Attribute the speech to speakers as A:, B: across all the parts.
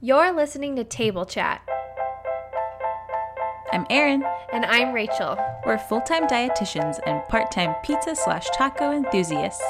A: You're listening to Table Chat,
B: I'm Erin.
A: and I'm Rachel.
B: We're full time dietitians and part time pizza slash taco enthusiasts.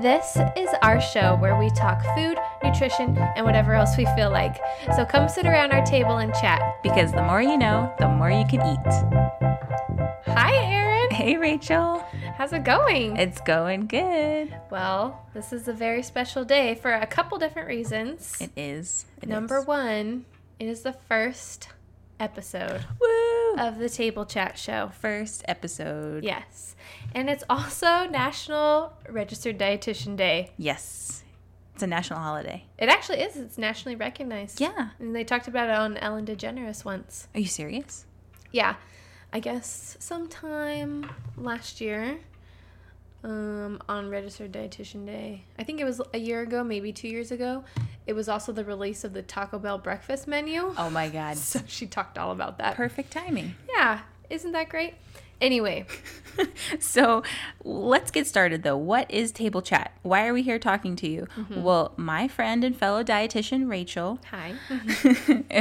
A: This is our show where we talk food, nutrition, and whatever else we feel like. So come sit around our table and chat.
B: Because the more you know, the more you can eat.
A: Hi, Erin.
B: Hey, Rachel.
A: How's it going?
B: It's going good.
A: Well, this is a very special day for a couple different reasons.
B: It is. It is.
A: Number one, it is the first episode
B: Woo!
A: of the Table Chat show.
B: First episode.
A: Yes. And it's also National Registered Dietitian Day.
B: Yes. It's a national holiday.
A: It actually is. It's nationally recognized.
B: Yeah.
A: And they talked about it on Ellen DeGeneres once.
B: Are you serious?
A: Yeah. I guess sometime last year um, on Registered Dietitian Day. I think it was a year ago, maybe two years ago. It was also the release of the Taco Bell breakfast menu.
B: Oh my God.
A: So she talked all about that.
B: Perfect timing.
A: Yeah. Isn't that great? Anyway,
B: so let's get started though. What is Table Chat? Why are we here talking to you? Well, my friend and fellow dietitian, Rachel,
A: hi.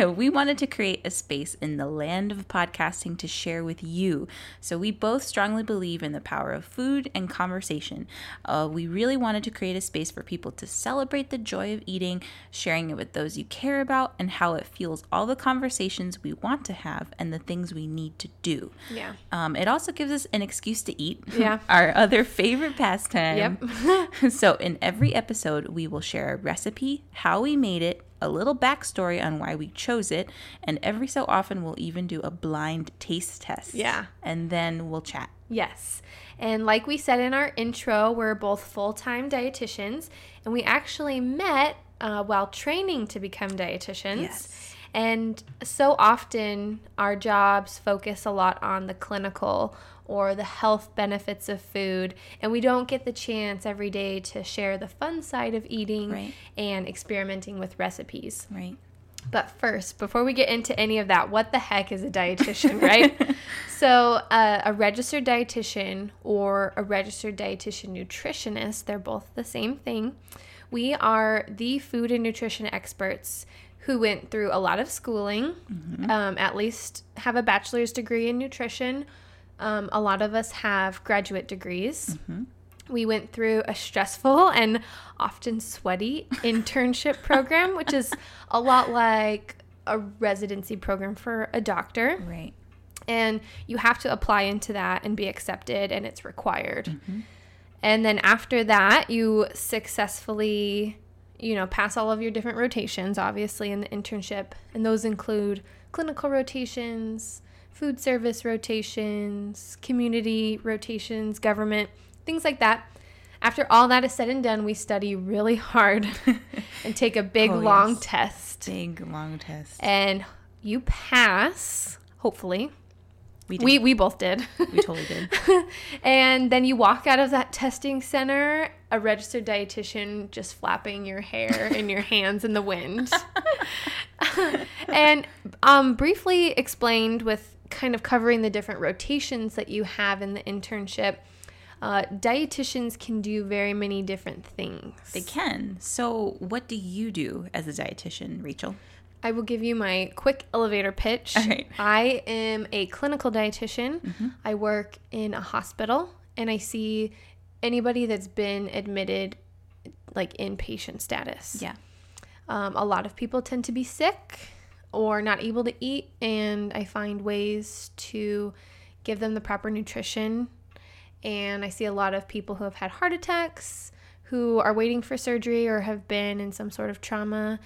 B: Uh, we wanted to create a space in the land of podcasting to share with you. So, we both strongly believe in the power of food and conversation. Uh, we really wanted to create a space for people to celebrate the joy of eating, sharing it with those you care about, and how it fuels all the conversations we want to have and the things we need to do.
A: Yeah.
B: Um, it also gives us an excuse to eat,
A: Yeah.
B: our other favorite pastime.
A: Yep.
B: So, in every episode, we will share a recipe, how we made it, a little backstory on why we chose it, and every so often, we'll even do a blind taste test.
A: Yeah.
B: And then we'll chat.
A: Yes. And like we said in our intro, we're both full time dietitians, and we actually met uh, while training to become dietitians.
B: Yes.
A: And so often, our jobs focus a lot on the clinical or the health benefits of food, and we don't get the chance every day to share the fun side of eating
B: Right.
A: and experimenting with recipes.
B: Right.
A: But first, before we get into any of that, what the heck is a dietitian, right? so, uh, a registered dietitian or a registered dietitian nutritionist, they're both the same thing. We are the food and nutrition experts who went through a lot of schooling, um, at least have a bachelor's degree in nutrition. Um, a lot of us have graduate degrees. We went through a stressful and often sweaty internship program, which is a lot like a residency program for a doctor.
B: Right.
A: And you have to apply into that and be accepted, and it's required.
B: Mm-hmm.
A: And then after that, you successfully, you know, pass all of your different rotations, obviously, in the internship. And those include clinical rotations, food service rotations, community rotations, government, things like that. After all that is said and done, we study really hard and take a big,
B: Oh,
A: long
B: yes.
A: test.
B: Big long test.
A: And you pass, hopefully.
B: We did.
A: We, we both did.
B: we totally did.
A: and then you walk out of that testing center, a registered dietitian just flapping your hair and your hands in the wind. and um, briefly explained with kind of covering the different rotations that you have in the internship. Uh, dietitians can do very many different things.
B: They can. So, what do you do as a dietitian, Rachel?
A: I will give you my quick elevator pitch.
B: All right. Mm-hmm.
A: I am a clinical dietitian. I work in a hospital and I see anybody that's been admitted like inpatient status.
B: Yeah.
A: Um, a lot of people tend to be sick or not able to eat, and I find ways to give them the proper nutrition. And I see a lot of people who have had heart attacks, who are waiting for surgery, or have been in some sort of trauma.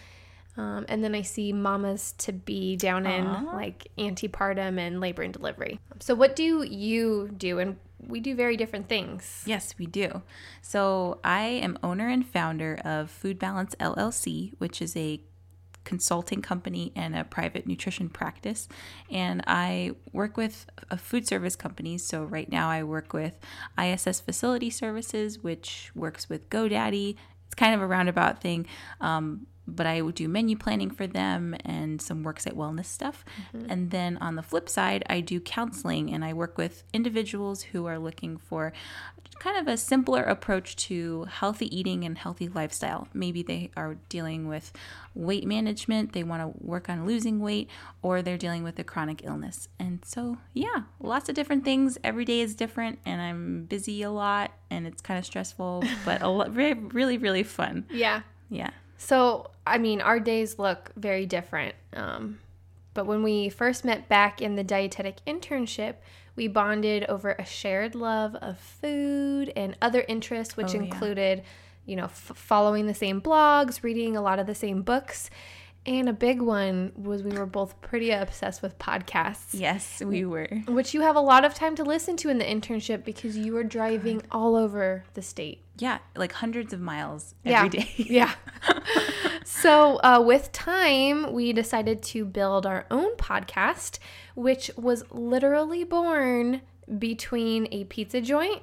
A: Um, and then I see mamas to be down in like antepartum and labor and delivery. So, what do you do? And we do very different things.
B: Yes, we do. So I am owner and founder of Food Balance LLC, which is a consulting company and a private nutrition practice. And I work with a food service companies. So right now I work with ISS Facility Services, which works with GoDaddy. It's kind of a roundabout thing. Um, but I would do menu planning for them and some worksite wellness stuff. And then on the flip side, I do counseling and I work with individuals who are looking for kind of a simpler approach to healthy eating and healthy lifestyle. Maybe they are dealing with weight management, they want to work on losing weight, or they're dealing with a chronic illness. And so, yeah, lots of different things. Every day is different, and I'm busy a lot, and it's kind of stressful, but a lot, re- really, really fun.
A: Yeah.
B: Yeah.
A: So, I mean, our days look very different. Um, but when we first met back in the dietetic internship, we bonded over a shared love of food and other interests, which included, you know, f- following the same blogs, reading a lot of the same books. And a big one was we were both pretty obsessed with podcasts,
B: Yes, we were.
A: which you have a lot of time to listen to in the internship because you were driving all over the state.
B: Yeah, like hundreds of miles every day.
A: Yeah. so, uh, with time, we decided to build our own podcast, which was literally born between a pizza joint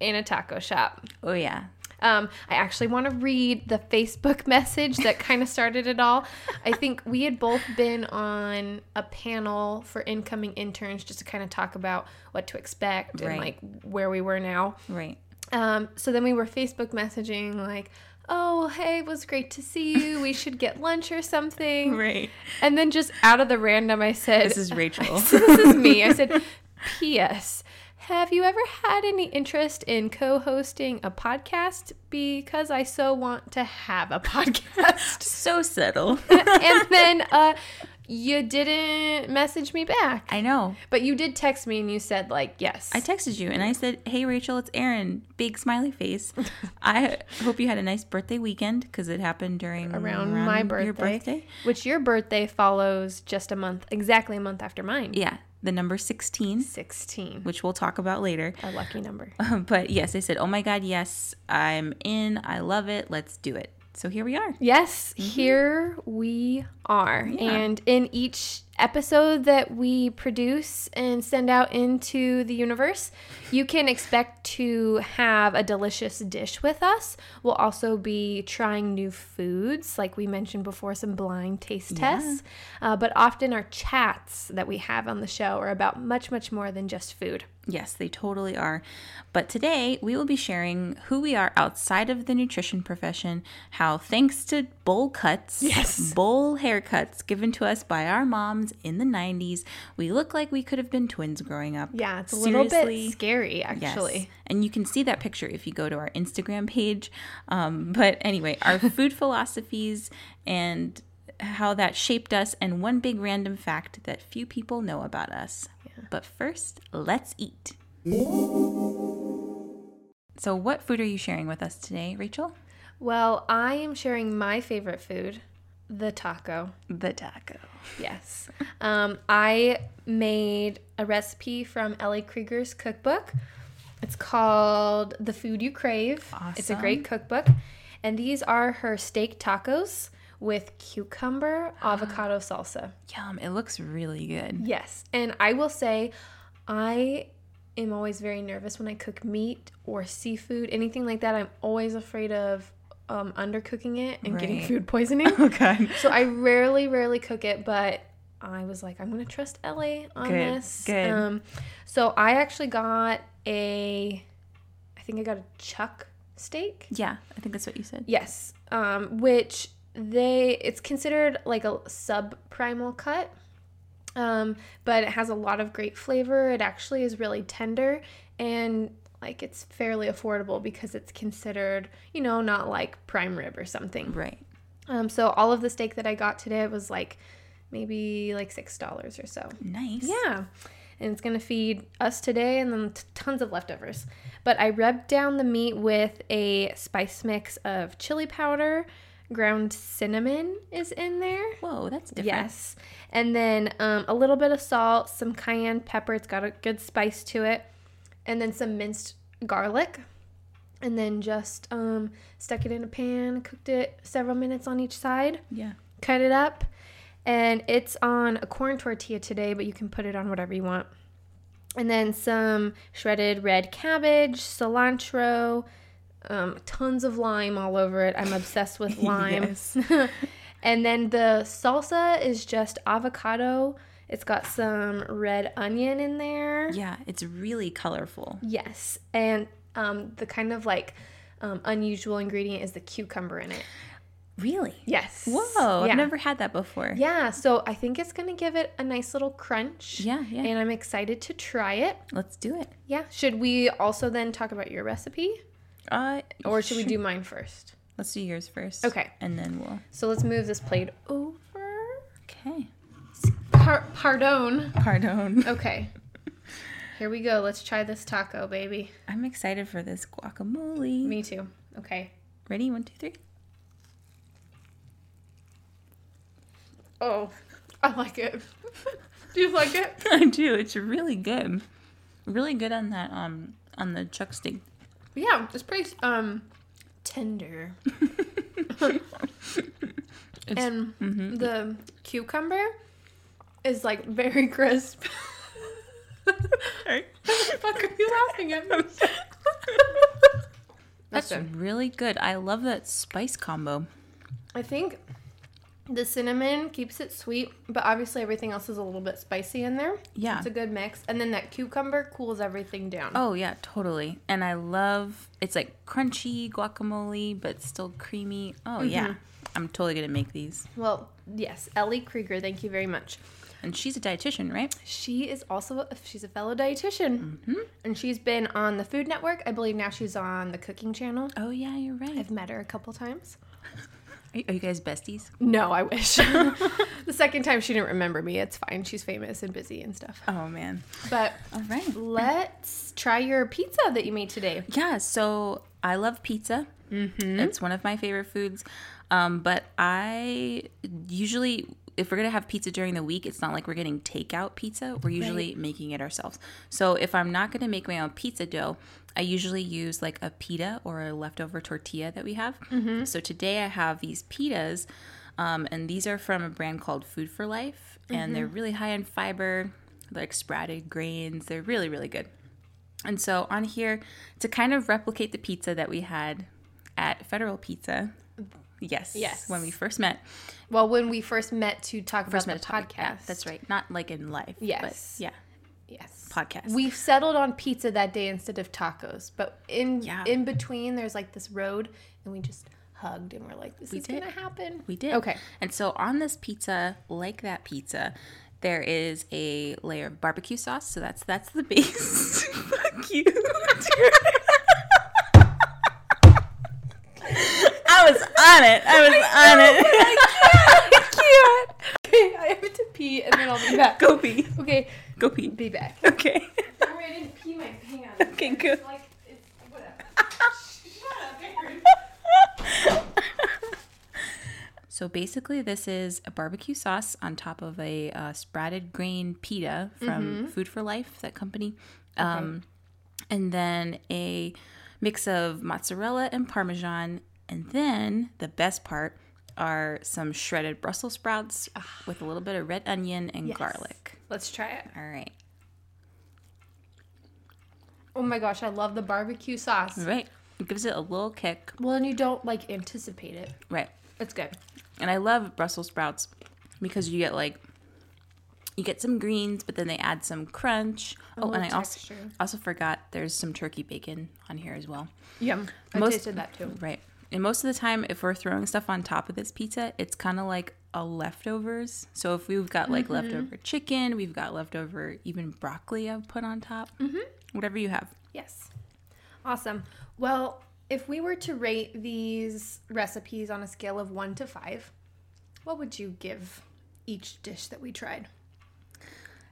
A: and a taco shop.
B: Oh yeah.
A: Um, I actually want to read the Facebook message that kind of started it all. I think we had both been on a panel for incoming interns just to kind of talk about what to expect and
B: Right.
A: like where we were now.
B: Right.
A: Um, so then we were Facebook messaging like, "Oh, well, hey, it was great to see you. We should get lunch or something."
B: Right.
A: And then just out of the random, I said,
B: This is Rachel.
A: this is me." I said, "P.S. Have you ever had any interest in co-hosting a podcast? Because I so want to have a podcast."
B: so subtle.
A: and then uh, you didn't message me back,
B: I know.
A: but you did text me and you said like, "Yes."
B: I texted you and I said, "Hey Rachel, it's Erin." Big smiley face. I hope you had a nice birthday weekend because it happened during
A: around, my
B: your
A: birthday, which your birthday follows just a month, exactly a month after mine.
B: Yeah, the number sixteen,
A: 16,
B: which we'll talk about later.
A: a lucky number.
B: but yes, I said, "Oh my God, yes, I'm in. I love it. Let's do it." So here we are.
A: Yes,
B: Mm-hmm.
A: here we are. And in each episode that we produce and send out into the universe, you can expect to have a delicious dish with us. We'll also be trying new foods, like we mentioned before, some blind taste tests. Uh, but often our chats that we have on the show are about much, much more than just food.
B: Yes, they totally are. But today we will be sharing who we are outside of the nutrition profession, how thanks to bowl cuts,
A: Yes.
B: bowl haircuts given to us by our moms in the 90s, we look like we could have been twins growing up.
A: Yeah, it's a little
B: Seriously.
A: bit scary,
B: Yes.
A: actually.
B: And you can see that picture if you go to our Instagram page. Um, but anyway, our food philosophies and how that shaped us, and one big random fact that few people know about us. But first, let's eat. So, what food are you sharing with us today, Rachel?
A: Well, I am sharing my favorite food, the taco.
B: The taco.
A: Yes. um, I made a recipe from Ellie Krieger's cookbook. It's called The Food You Crave. It's a great cookbook. And these are her steak tacos with cucumber avocado salsa.
B: Yum. It looks really good.
A: Yes. And I will say, I am always very nervous when I cook meat or seafood, anything like that. I'm always afraid of um, undercooking it and getting
B: Right.
A: food poisoning.
B: Oh, God.
A: So I rarely, rarely cook it, but I was like, I'm gonna trust LA on
B: Good,
A: this.
B: good.
A: Um, so I actually got a, I think I got a chuck steak.
B: Yeah, I think that's what you said.
A: Yes. Um, which they, it's considered like a sub primal cut. Um, but it has a lot of great flavor. It actually is really tender and like it's fairly affordable because it's considered, you know, not like prime rib or something.
B: Right.
A: Um, so all of the steak that I got today was like maybe like six dollars or so.
B: Nice.
A: Yeah, and it's gonna feed us today, and then t- tons of leftovers. But I rubbed down the meat with a spice mix of chili powder, ground cinnamon is in there.
B: Whoa, that's different.
A: Yes, and then um, a little bit of salt, some cayenne pepper. It's got a good spice to it, and then some minced garlic. And then just um, stuck it in a pan, cooked it several minutes on each side
B: Yeah.
A: cut it up, and it's on a corn tortilla today, but you can put it on whatever you want. And then some shredded red cabbage, cilantro, um, tons of lime all over it. I'm obsessed with lime. and then the salsa is just avocado. It's got some red onion in there.
B: Yeah, it's really colorful.
A: Yes. And um, the kind of like um, unusual ingredient is the cucumber in it.
B: Really?
A: Yes.
B: Whoa,
A: Yeah.
B: I've never had that before.
A: Yeah, so I think it's gonna give it a nice little crunch.
B: Yeah, yeah.
A: And I'm excited to try it.
B: Let's do it.
A: Yeah. Should we also then talk about your recipe?
B: Uh,
A: Or should we do mine first?
B: Let's do yours first.
A: Okay.
B: And then we'll.
A: So let's move this plate over.
B: Okay.
A: Par- pardon.
B: Pardon.
A: Okay. Here we go. Let's try this taco, baby.
B: I'm excited for this guacamole.
A: Me too. Okay.
B: Ready? One, two, three.
A: Oh, I like it. Do you like it?
B: I do. It's really good. Really good on that um on the chuck stick.
A: Yeah, it's pretty um tender. and the cucumber is like very crisp.
B: Sorry.
A: What the fuck are you laughing at?
B: That's
A: That's good.
B: really good. I love that spice combo.
A: I think the cinnamon keeps it sweet, but obviously everything else is a little bit spicy in there.
B: Yeah.
A: It's a good mix. And then that cucumber cools everything down.
B: Ah. Oh yeah, totally. And I love it's like crunchy guacamole, but still creamy. Oh yeah,
A: Mm-hmm.
B: I'm totally gonna make these.
A: Well, yes, Ellie Krieger, thank you very much.
B: And she's a dietitian, right?
A: She is also a, she's a fellow dietitian,
B: Mm-hmm.
A: and she's been on the Food Network. I believe now she's on the Cooking Channel.
B: Oh yeah, you're right.
A: I've met her a couple times.
B: Are, are you guys besties?
A: No, I wish. the second time she didn't remember me. It's fine. She's famous and busy and stuff.
B: Oh man.
A: But
B: All right.
A: let's try your pizza that you made today.
B: Yeah, so I love pizza. Mm-hmm. It's one of my favorite foods. Um, but I usually, if we're going to have pizza during the week, it's not like we're getting takeout pizza. We're usually making it ourselves. So if I'm not going to make my own pizza dough, I usually use like a pita or a leftover tortilla that we have. So today I have these pitas, um, and these are from a brand called Food for Life, and they're really high in fiber, They're like sprouted grains. They're really, really good. And so on here, to kind of replicate the pizza that we had at Federal Pizza. Yes.
A: Yes.
B: When we first met.
A: Well, when we first met to talk
B: First
A: about
B: met
A: the
B: a topic. Yeah,
A: podcast.
B: that's right. Not like in life.
A: Yes.
B: But yeah.
A: Yes.
B: Podcast.
A: We settled on pizza that day instead of tacos, but in
B: Yeah.
A: in between there's like this road, and we just hugged and we're like, "This is
B: did.
A: gonna happen."
B: we did.
A: Okay.
B: And so on this pizza, like that pizza, there is a layer of barbecue sauce. So that's that's the base. Fuck you. I was on it. I was on it. I can't.
A: Okay, I have to pee and then I'll be back.
B: Go pee.
A: Okay,
B: Go pee.
A: be back.
B: Okay.
A: Sorry, I didn't pee my pants.
B: Okay, good.
A: Like it's whatever.
B: So basically, this is a barbecue sauce on top of a uh, sprouted grain pita from
A: Mm-hmm.
B: Food for Life, that company, um, and then a mix of mozzarella and parmesan, and then the best part are some shredded Brussels sprouts
A: Ah.
B: with a little bit of red onion and garlic.
A: Let's try it.
B: All right,
A: Oh my gosh, I love the barbecue sauce.
B: all right. It gives it a little kick,
A: Well, and you don't like anticipate it.
B: right?
A: It's good.
B: And I love Brussels sprouts because you get like you get some greens, but then they add some crunch. oh, and I
A: little
B: also
A: texture.
B: also forgot there's some turkey bacon on here as well.
A: Yum. I
B: Most-
A: tasted that too.
B: Right. And most of the time, if we're throwing stuff on top of this pizza, it's kind of like a leftovers. So if we've got like leftover chicken, we've got leftover even broccoli I've put on top. Mm-hmm. Whatever you have.
A: Yes. Awesome. Well, if we were to rate these recipes on a scale of one to five, what would you give each dish that we tried?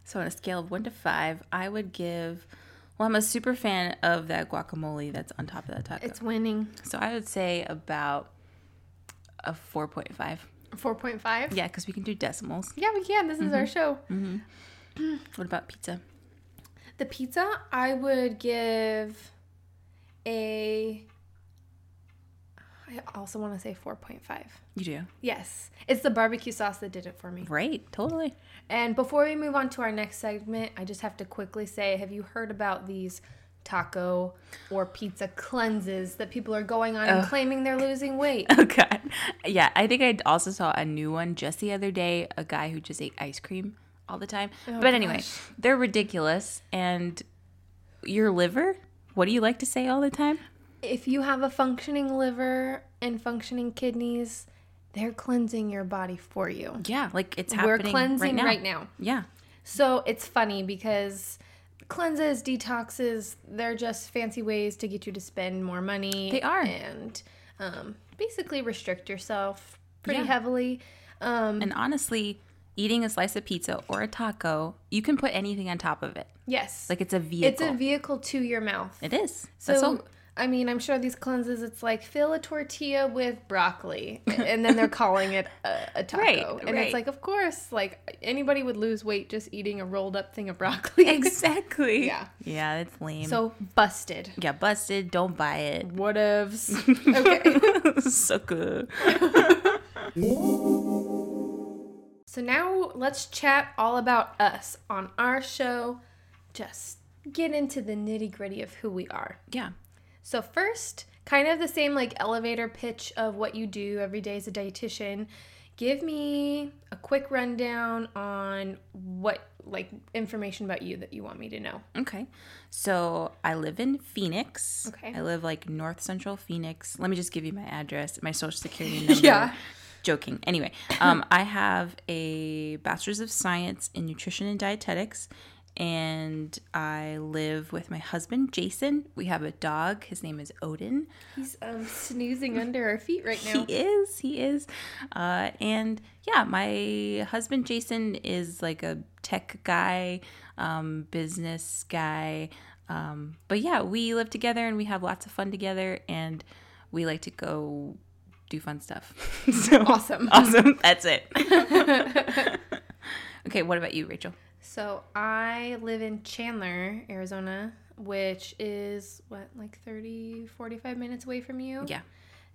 B: So on a scale of one to five, I would give. Well, I'm a super fan of that guacamole that's on top of that taco.
A: It's winning
B: So I would say about a 4.5.
A: 4.5.
B: Yeah, Mm-hmm. because we can do decimals.
A: Yeah, we can. This is our show.
B: What about pizza?
A: The pizza, I would give a. I also want to say 4.5.
B: You do.
A: Yes. It's the barbecue sauce that did it for me.
B: Right, totally.
A: And before we move on to our next segment, I just have to quickly say have you heard about these taco or pizza cleanses that people are going on and claiming they're losing weight.
B: Oh god. Yeah, I think I also saw a new one just the other day, a guy who just ate ice cream all the time.
A: Oh,
B: but anyway, they're ridiculous and your liver? What do you like to say all the time?
A: If you have a functioning liver and functioning kidneys, they're cleansing your body for you.
B: Yeah, like it's
A: We're
B: happening
A: cleansing
B: right now.
A: right now.
B: Yeah.
A: So it's funny because cleanses, detoxes, they're just fancy ways to get you to spend more money.
B: They are.
A: And um, basically restrict yourself pretty
B: Yeah.
A: heavily. Um,
B: And honestly, eating a slice of pizza or a taco, you can put anything on top of it.
A: yes.
B: Like it's a vehicle.
A: it's a vehicle to your mouth.
B: it is. That's all-
A: So, I mean, I'm sure these cleanses, it's like fill a tortilla with broccoli. and then they're calling it a, a taco.
B: Right,
A: and
B: right.
A: it's like, of course, like anybody would lose weight just eating a rolled up thing of broccoli.
B: exactly.
A: Yeah.
B: Yeah, that's lame.
A: so busted.
B: yeah, busted. Don't buy it.
A: Whatevs. okay.
B: Sucker.
A: So now let's chat all about us on our show. Just get into the nitty gritty of who we are.
B: Yeah.
A: So first, kind of the same like elevator pitch of what you do every day as a dietitian. Give me a quick rundown on what like information about you that you want me to know.
B: Okay. So I live in Phoenix.
A: Okay.
B: I live like north central Phoenix. Let me just give you my address, my social security number.
A: Yeah.
B: Joking. Anyway, um, I have a bachelor's of science in nutrition and dietetics, and I live with my husband Jason. We have a dog. His name is Odin.
A: He's um, snoozing under our feet right now.
B: He is. He is. Uh, and yeah, my husband Jason is like a tech guy, um, business guy. Um, but yeah, we live together and we have lots of fun together, and we like to go do fun stuff. so
A: Awesome.
B: awesome. That's it. okay, what about you, Rachel?
A: So I live in Chandler, Arizona, which is what like 30 45 minutes away from you.
B: Yeah.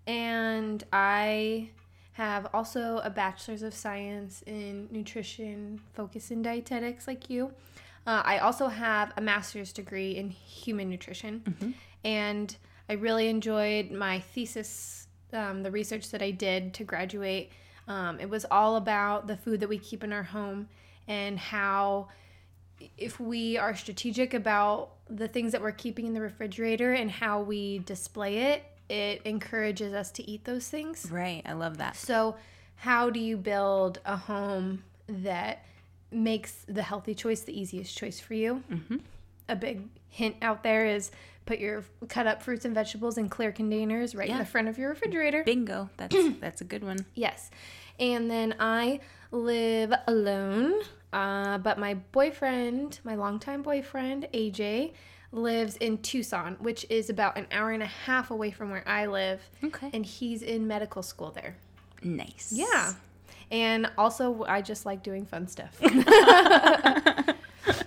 A: And I have also a bachelor's of science in nutrition, focus in dietetics, like you. Uh, I also have a master's degree in human nutrition. And I really enjoyed my thesis, um, the research that I did to graduate. Um, it was all about the food that we keep in our home and how if we are strategic about the things that we're keeping in the refrigerator and how we display it, it encourages us to eat those things.
B: Right. I love that.
A: So, how do you build a home that makes the healthy choice the easiest choice for you? Mm-hmm. A big hint out there is put your cut up fruits and vegetables in clear containers right in the front of your refrigerator.
B: Bingo. That's that's a good one.
A: Yes. And then I live alone, uh, but my boyfriend, my longtime boyfriend, AJ, lives in Tucson, which is about an hour and a half away from where I live.
B: Okay.
A: And he's in medical school there.
B: Nice.
A: Yeah. And also, I just like doing fun stuff.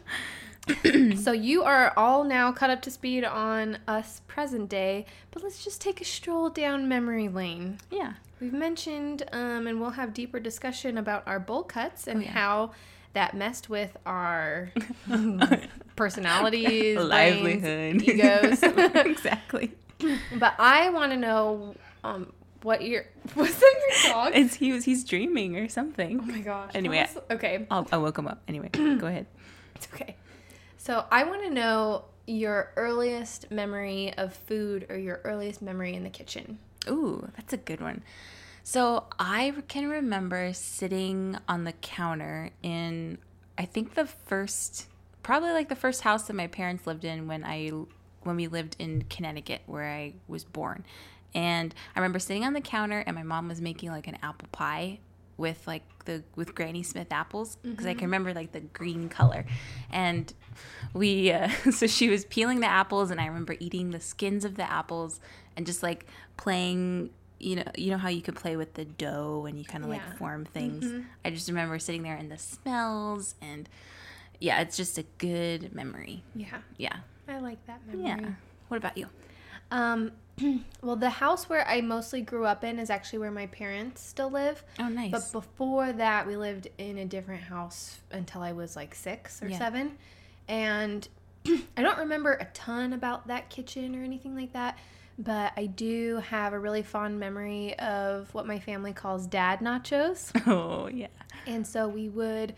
A: so, you are all now caught up to speed on us present day, but let's just take a stroll down memory lane.
B: Yeah.
A: We've mentioned, um, and we'll have deeper discussion about our bowl cuts
B: Oh,
A: and how that messed with our personalities,
B: Livelihood.
A: brains, egos.
B: exactly.
A: but I want to know um, what your was that your dog?
B: It's he was he's dreaming or
A: oh
B: something.
A: my gosh!
B: Anyway,
A: What was- okay,
B: I'll, I woke him up. Anyway, go ahead.
A: it's okay. So I want to know your earliest memory of food or your earliest memory in the kitchen.
B: Ooh, that's a good one. So I can remember sitting on the counter in, I think the first, probably like the first house that my parents lived in when I, when we lived in Connecticut where I was born, and I remember sitting on the counter and my mom was making like an apple pie with like the with Granny Smith apples because I can remember like the green color, and we uh, so she was peeling the apples and I remember eating the skins of the apples and just like playing you know you know how you could play with the dough and you kind of
A: Yeah.
B: like form things. I just remember sitting there and the smells and yeah, it's just a good memory.
A: Yeah,
B: Yeah,
A: I like that memory.
B: yeah. What about you?
A: Um, well, the house where I mostly grew up in is actually where my parents still live.
B: Oh, nice.
A: But before that, we lived in a different house until I was like six or
B: Yeah.
A: seven. And I don't remember a ton about that kitchen or anything like that, but I do have a really fond memory of what my family calls dad nachos.
B: Oh, yeah.
A: And so we would,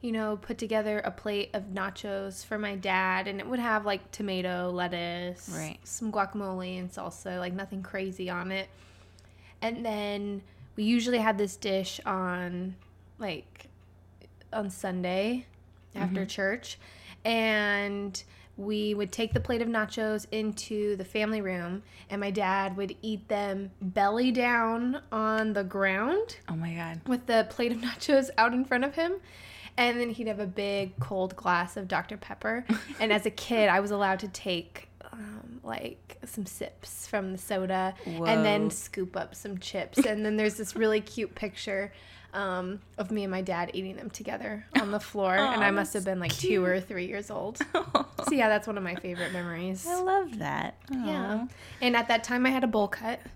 A: you know, put together a plate of nachos for my dad, and it would have like tomato, lettuce,
B: Right.
A: some guacamole, and salsa, like nothing crazy on it. And then we usually had this dish on like on Sunday after church, and we would take the plate of nachos into the family room, and my dad would eat them belly down on the ground
B: Oh, my God.
A: with the plate of nachos out in front of him. And then he'd have a big cold glass of Dr. Pepper. And as a kid, I was allowed to take um, like some sips from the soda and
B: Whoa.
A: then scoop up some chips. And then there's this really cute picture um, of me and my dad eating them together on the floor. and
B: Aw,
A: I must have been like two or three years old. so, yeah, that's one of my favorite memories.
B: I love that.
A: Yeah. And at that time, I had a bowl cut.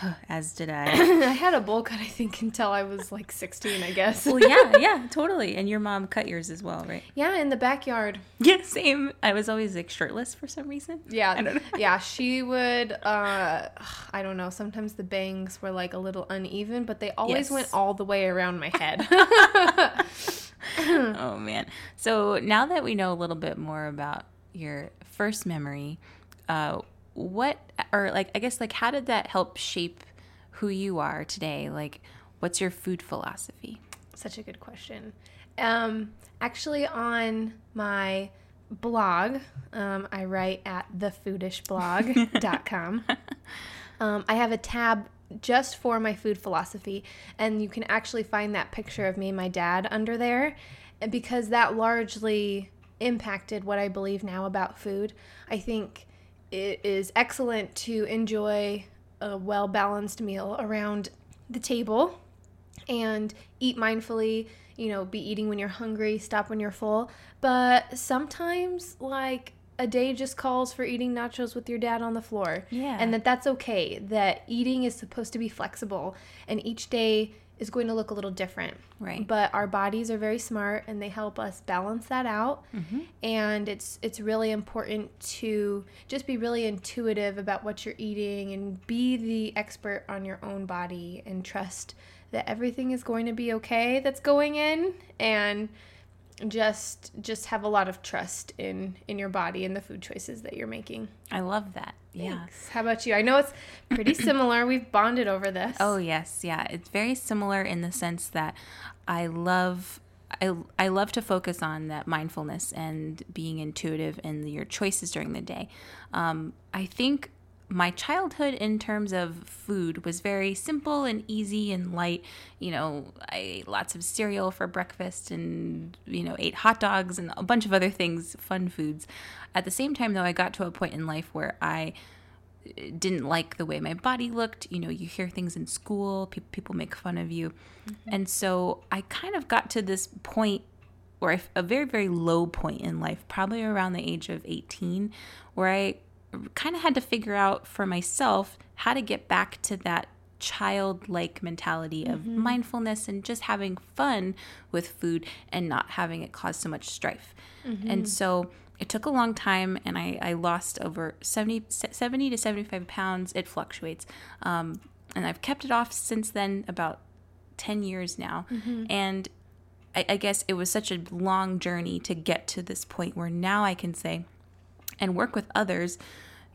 B: Aw. As did I.
A: I had a bowl cut, I think, until I was like 16, I guess.
B: well, yeah, yeah, totally. And your mom cut yours as well, right?
A: Yeah, in the backyard.
B: Yeah, same. I was always like shirtless for some reason.
A: Yeah.
B: I don't know.
A: Yeah, she would uh I don't know, sometimes the bangs were like a little uneven, but they always
B: Yes.
A: went all the way around my head.
B: Oh man. So now that we know a little bit more about your first memory, uh, what or like I guess like how did that help shape who you are today? Like, what's your food philosophy?
A: Such a good question. Um actually on my blog, um I write at thefoodishblog.com. um I have a tab just for my food philosophy and you can actually find that picture of me and my dad under there because that largely impacted what I believe now about food. I think it is excellent to enjoy a well balanced meal around the table and eat mindfully, you know, be eating when you're hungry, stop when you're full. But sometimes, like, a day just calls for eating nachos with your dad on the floor.
B: Yeah.
A: And that that's okay, that eating is supposed to be flexible and each day is going to look a little different.
B: Right.
A: But our bodies are very smart and they help us balance that out.
B: Mm-hmm.
A: And it's it's really important to just be really intuitive about what you're eating and be the expert on your own body and trust that everything is going to be okay that's going in and just just have a lot of trust in in your body and the food choices that you're making.
B: I love that. Yeah.
A: Thanks. How about you? I know it's pretty similar. We've bonded over this.
B: Oh yes, yeah. It's very similar in the sense that I love I, I love to focus on that mindfulness and being intuitive in your choices during the day. Um, I think my childhood in terms of food was very simple and easy and light. You know, I ate lots of cereal for breakfast and, you know, ate hot dogs and a bunch of other things, fun foods. At the same time, though, I got to a point in life where I didn't like the way my body looked. You know, you hear things in school, pe- people make fun of you. And so I kind of got to this point or a- a very, very low point in life, probably around the age of 18, where I kind of had to figure out for myself how to get back to that childlike mentality of mindfulness and just having fun with food and not having it cause so much strife. And so it took a long time and I, I lost over 70, 70 to 75 pounds. It fluctuates. Um, and I've kept it off since then, about 10 years now. And I, I guess it was such a long journey to get to this point where now I can say and work with others,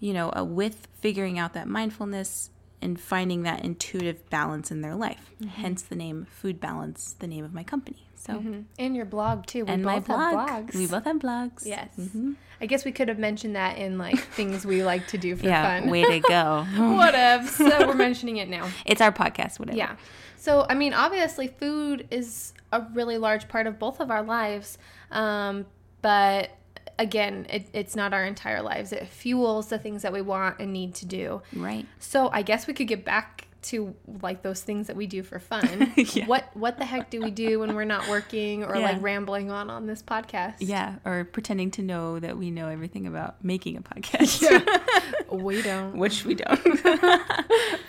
B: you know, uh, with figuring out that mindfulness and finding that intuitive balance in their life. Hence the name Food Balance, the name of my company. So,
A: And your blog too. We
B: and my
A: both
B: blog.
A: have blogs.
B: We both Mm-hmm. Mm-hmm. have blogs.
A: Yes. I guess we could have mentioned that in like things we like to do for
B: Yeah,
A: fun.
B: way to go.
A: Whatever. So we're mentioning it now.
B: it's our podcast, whatever.
A: Yeah. So, I mean, obviously, food is a really large part of both of our lives. Um, but again, it, it's not our entire lives. It fuels the things that we want and need to do.
B: Right.
A: So, I guess we could get back to like those things that we do for fun.
B: Yeah.
A: What what the heck do we do when we're not working or
B: Yeah.
A: like rambling on on this podcast?
B: Yeah, or pretending to know that we know everything about making a podcast.
A: We don't.
B: which we don't.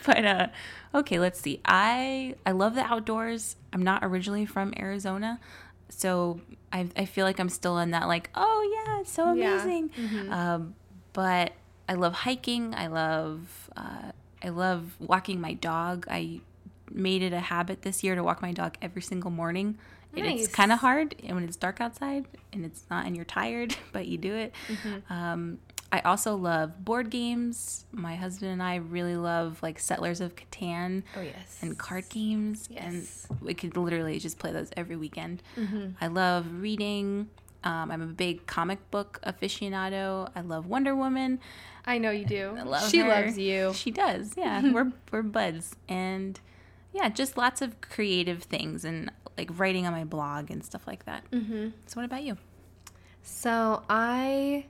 B: but uh, okay, let's see. I I love the outdoors. I'm not originally from Arizona, so I, I feel like I'm still in that like oh yeah it's so
A: Yeah.
B: amazing um, but I love hiking I love uh, I love walking my dog I made it a habit this year to walk my dog every single morning And
A: Nice.
B: it's kind of hard and when it's dark outside and it's not and you're tired but you do it um, I also love board games my husband and I really love like Settlers of Catan
A: Oh yes.
B: and card games
A: Yes. Mm-hmm.
B: and we could literally just play those every weekend i love reading um, i'm a big comic book aficionado i love wonder woman
A: I know you do.
B: i love
A: she
B: her.
A: loves you.
B: she does yeah we're, we're buds and yeah just lots of creative things and like writing on my blog and stuff like that mm-hmm. so what about you
A: So I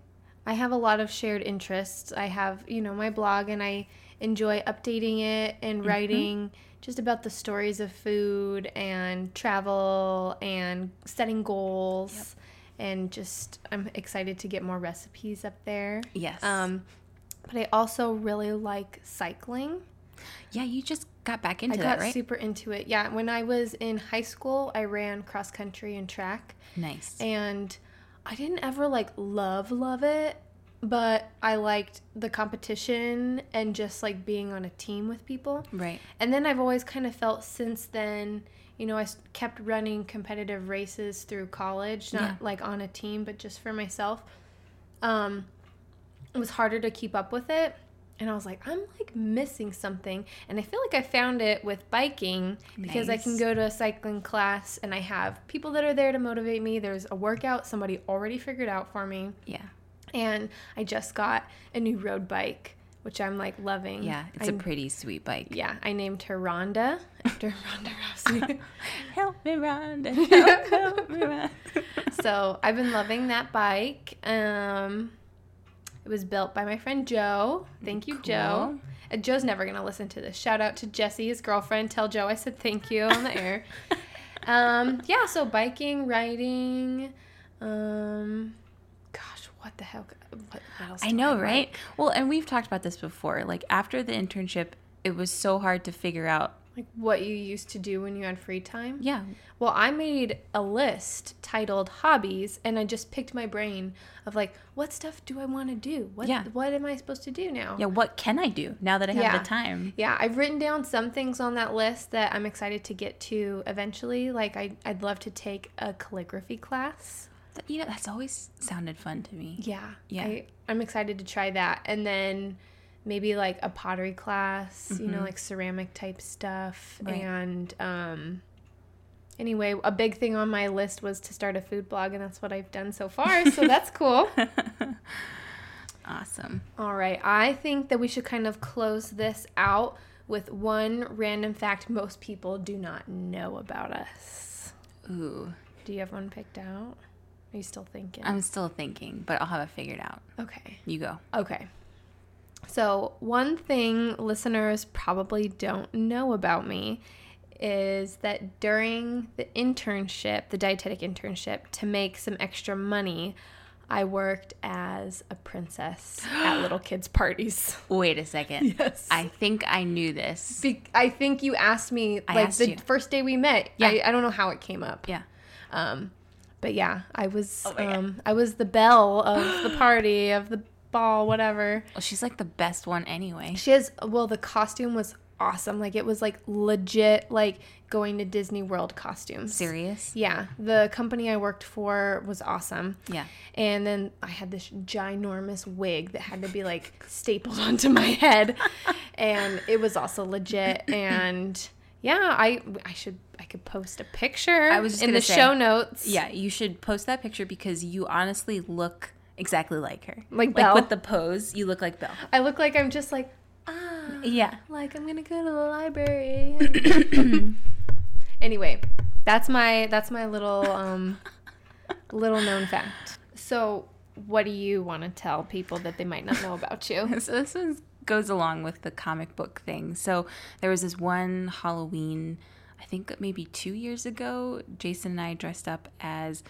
A: I have a lot of shared interests. I have, you know, my blog and I enjoy updating it
B: Mm-hmm.
A: and writing just about the stories of food and travel and setting goals and just I'm excited to get more recipes up there.
B: yes um,
A: Um but I also really like cycling.
B: yeah you just got back into
A: I
B: that
A: got
B: right
A: super into it. Yeah, when I was in high school, I ran cross country and track
B: nice
A: and I didn't ever like love love it, but I liked the competition and just like being on a team with people.
B: right
A: And then I've always kind of felt since then, you know, I s- kept running competitive races through college, not
B: Yeah.
A: like on a team, but just for myself. Um, it was harder to keep up with it. And I was like, I'm like missing something. And I feel like I found it with biking because I can
B: Nice.
A: go to a cycling class and I have people that are there to motivate me. There's a workout somebody already figured out for me.
B: yeah
A: And I just got a new road bike, which I'm like loving.
B: yeah it's
A: a
B: a pretty sweet bike
A: yeah, I named her Rhonda after Rhonda Rousey.
B: help me Rhonda help, help me Rhonda
A: so I've been loving that bike. Um, it was built by my friend Joe. Thank you, Joe. Uh, Joe's never gonna listen to this. Shout out to Jesse, his girlfriend. Tell Joe I said thank you on the air. Um, yeah, so biking, riding. Um, gosh, what the hell? What, what else
B: I
A: do
B: know,
A: like?
B: right? Well, and we've talked about this before. Like after the internship, it was so hard to figure out.
A: Like what you used to do when you had free time.
B: Yeah,
A: Well, I made a list titled hobbies and I just picked my brain of like what stuff do I want to do? What
B: Yeah.
A: what am I supposed to do now?
B: yeah. What can I do now that I have
A: Yeah.
B: the time?
A: Yeah, I've written down some things on that list that I'm excited to get to eventually. Like I I'd love to take a calligraphy class.
B: Th- You know, that's always sounded fun to me.
A: Yeah.
B: Yeah.
A: I, I'm excited to try that. And then maybe like a pottery class, you know, like ceramic type stuff.
B: Mm-hmm. Right.
A: And um anyway, a big thing on my list was to start a food blog and that's what I've done so far. So that's cool.
B: Awesome.
A: All right. I think that we should kind of close this out with one random fact most people do not know about us.
B: Ooh,
A: Do you have one picked out? Are you still thinking?
B: I'm still thinking, but I'll have it figured out.
A: okay.
B: You go.
A: Okay. So, one thing listeners probably don't know about me is that during the internship, the dietetic internship, to make some extra money, I worked as a princess at little kids' parties.
B: Wait a second.
A: Yes.
B: I think I knew this.
A: Be- I think you asked me like
B: asked
A: the
B: you.
A: first day we met.
B: Yeah.
A: I, I don't know how it came up.
B: Yeah. Oh
A: Um, but yeah, I was
B: my God.
A: um, I was the belle of the party of the ball, whatever.
B: Well, she's like the best one anyway.
A: She has well, the costume was awesome. Like it was like legit, like going to Disney World costumes.
B: Serious?
A: Yeah, the company I worked for was awesome.
B: Yeah.
A: And then I had this ginormous wig that had to be like stapled onto my head. And it was also legit. And yeah, I I should I could post a picture
B: I was just
A: in
B: gonna
A: the
B: say.
A: show notes.
B: Yeah, you should post that picture because you honestly look exactly like her.
A: Like
B: like
A: Belle.
B: with the pose, you look like Belle.
A: I look like I'm just like, ah
B: Yeah.
A: like I'm gonna go to the library. anyway, that's my that's my little um little known fact. So what do you want to tell people that they might not know about you?
B: So this one goes along with the comic book thing. So there was this one Halloween, I think maybe two years ago. Jason and I dressed up as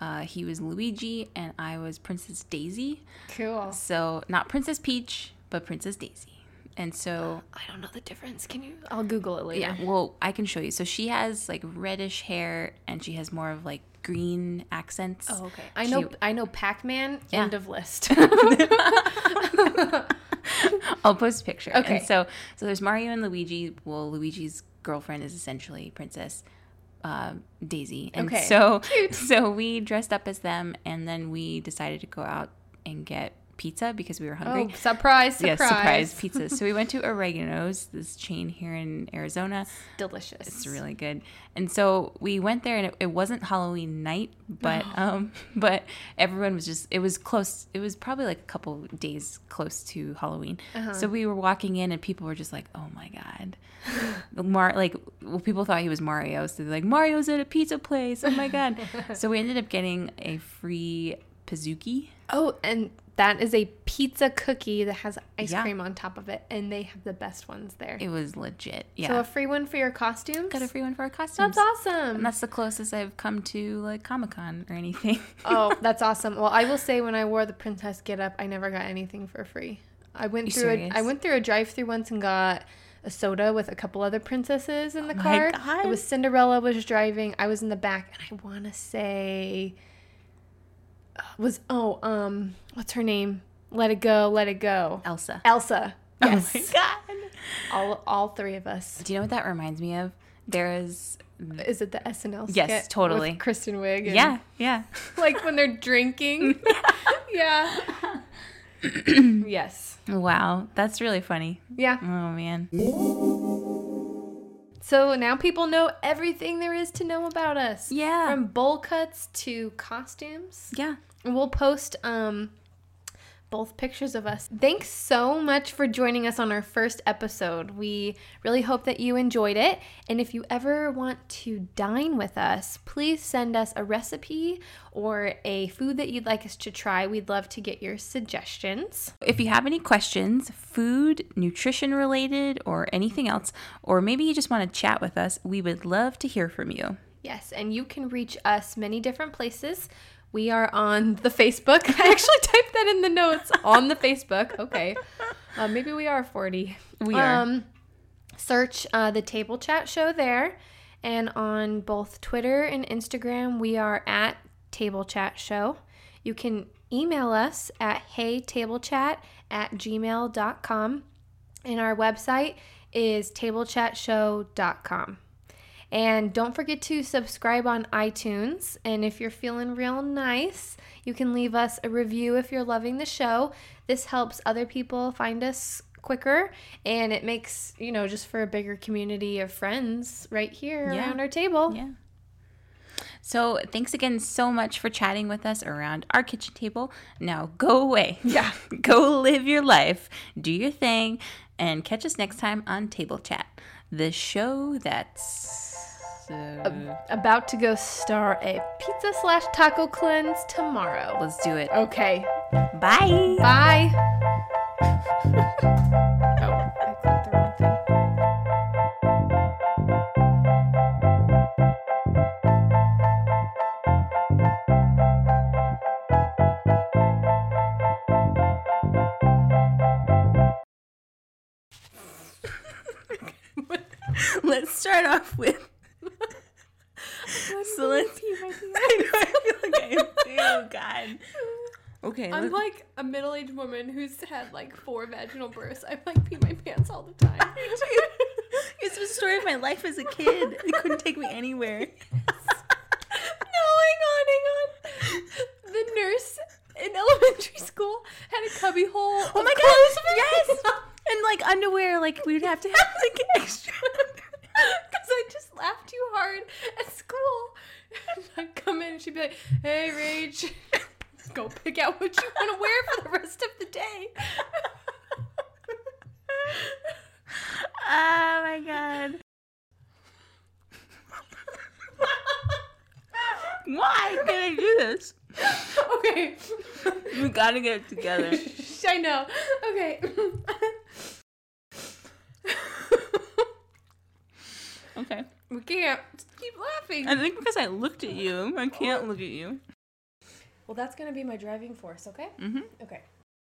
B: uh, he was Luigi and I was Princess Daisy.
A: Cool.
B: So not Princess Peach, but Princess Daisy. And so
A: I don't know the difference. Can you? I'll Google it later.
B: yeah, well, I can show you. So she has like reddish hair and she has more of like green accents.
A: Oh, okay. I know.
B: She-
A: I know. Pac-Man.
B: Yeah.
A: End of list.
B: I'll post a picture.
A: Okay.
B: And so so there's Mario and Luigi. Well, Luigi's girlfriend is essentially Princess uh, Daisy. And
A: Okay.
B: so so we dressed up as them and then we decided to go out and get pizza because we were hungry.
A: oh, surprise! Surprise!
B: Yes, surprise pizza. So we went to Oregano's, this chain here in Arizona.
A: Delicious.
B: It's really good. And so we went there, and it, it wasn't Halloween night, but
A: Oh.
B: um, but everyone was just. It was close. It was probably like a couple days close to Halloween.
A: Uh-huh.
B: So we were walking in, and people were just like, "Oh my god, Mar!" Like, well, people thought he was Mario, so they're like, "Mario's at a pizza place." Oh my god! so we ended up getting a free pizookie.
A: Oh, and that is a pizza cookie that has ice
B: Yeah.
A: cream on top of it, and they have the best ones there.
B: It was legit. Yeah,
A: So a free one for your costumes.
B: got a free one for our costumes.
A: That's awesome.
B: And that's the closest I've come to like Comic Con or anything.
A: oh, that's awesome. Well, I will say when I wore the princess getup, I never got anything for free. I went
B: You
A: through a,
B: serious?
A: I went through a drive-through once and got a soda with a couple other princesses in the car.
B: Oh God.
A: It was Cinderella was driving. I was in the back, and I want to say uh, was oh um what's her name? Let it go, let it go.
B: Elsa.
A: Elsa. Yes.
B: Oh god.
A: all all three of us.
B: Do you know what that reminds me of? There is
A: Is it the SNL?
B: Mm-hmm. Yes,
A: skit
B: totally.
A: With Kristen Wiig. and-
B: yeah, yeah.
A: like when they're drinking. yeah. yes.
B: Wow, that's really funny.
A: Yeah.
B: Oh man.
A: So now people know everything there is to know about us.
B: Yeah.
A: From bowl cuts to costumes.
B: Yeah.
A: And we'll post um both pictures of us. Thanks so much for joining us on our first episode. We really hope that you enjoyed it. And if you ever want to dine with us, please send us a recipe or a food that you'd like us to try. We'd love to get your suggestions.
B: If you have any questions, food, nutrition related, or anything else, or maybe you just want to chat with us, we would love to hear from you.
A: Yes, and you can reach us many different places. We are on the Facebook. I actually typed that in the notes on the Facebook. Okay. Uh, maybe we are 40.
B: We are.
A: Um, search uh, the Table Chat Show there. And on both Twitter and Instagram, we are at Table Chat Show. You can email us at heytablechat at gmail.com. And our website is tablechatshow.com. And don't forget to subscribe on iTunes. And if you're feeling real nice, you can leave us a review if you're loving the show. This helps other people find us quicker and it makes, you know, just for a bigger community of friends right here
B: Yeah.
A: around our table.
B: Yeah. So, thanks again so much for chatting with us around our kitchen table. Now, go away. Yeah. go live your life, do your thing, and catch us next time on Table Chat, the show that's. uh,
A: About to go star a pizza slash taco cleanse tomorrow.
B: let's do it.
A: Okay.
B: Bye.
A: Bye. oh, I clicked the wrong thing.
B: let's start off with. so let's. I know, I feel like I do. God. Okay.
A: I'm
B: let's-
A: like a middle aged woman who's had like four vaginal births. I like pee my pants all the time.
B: it's the story of my life as a kid. It couldn't take me anywhere.
A: no, hang on, hang on. The nurse in elementary school had a cubby hole.
B: Oh my god! Yes, and like underwear, like we would have to have like extra.
A: Because I just laughed too hard at school. And I'd come in and she'd be like, hey, Rach, go pick out what you want to wear for the rest of the day.
B: Oh my god! Why can I do this?
A: okay.
B: We gotta get it together.
A: I know. Okay.
B: Okay.
A: we can't keep laughing.
B: I think because I looked at you, I can't look at you.
A: Well, that's going to be my driving force, okay?
B: Mhm.
A: Okay.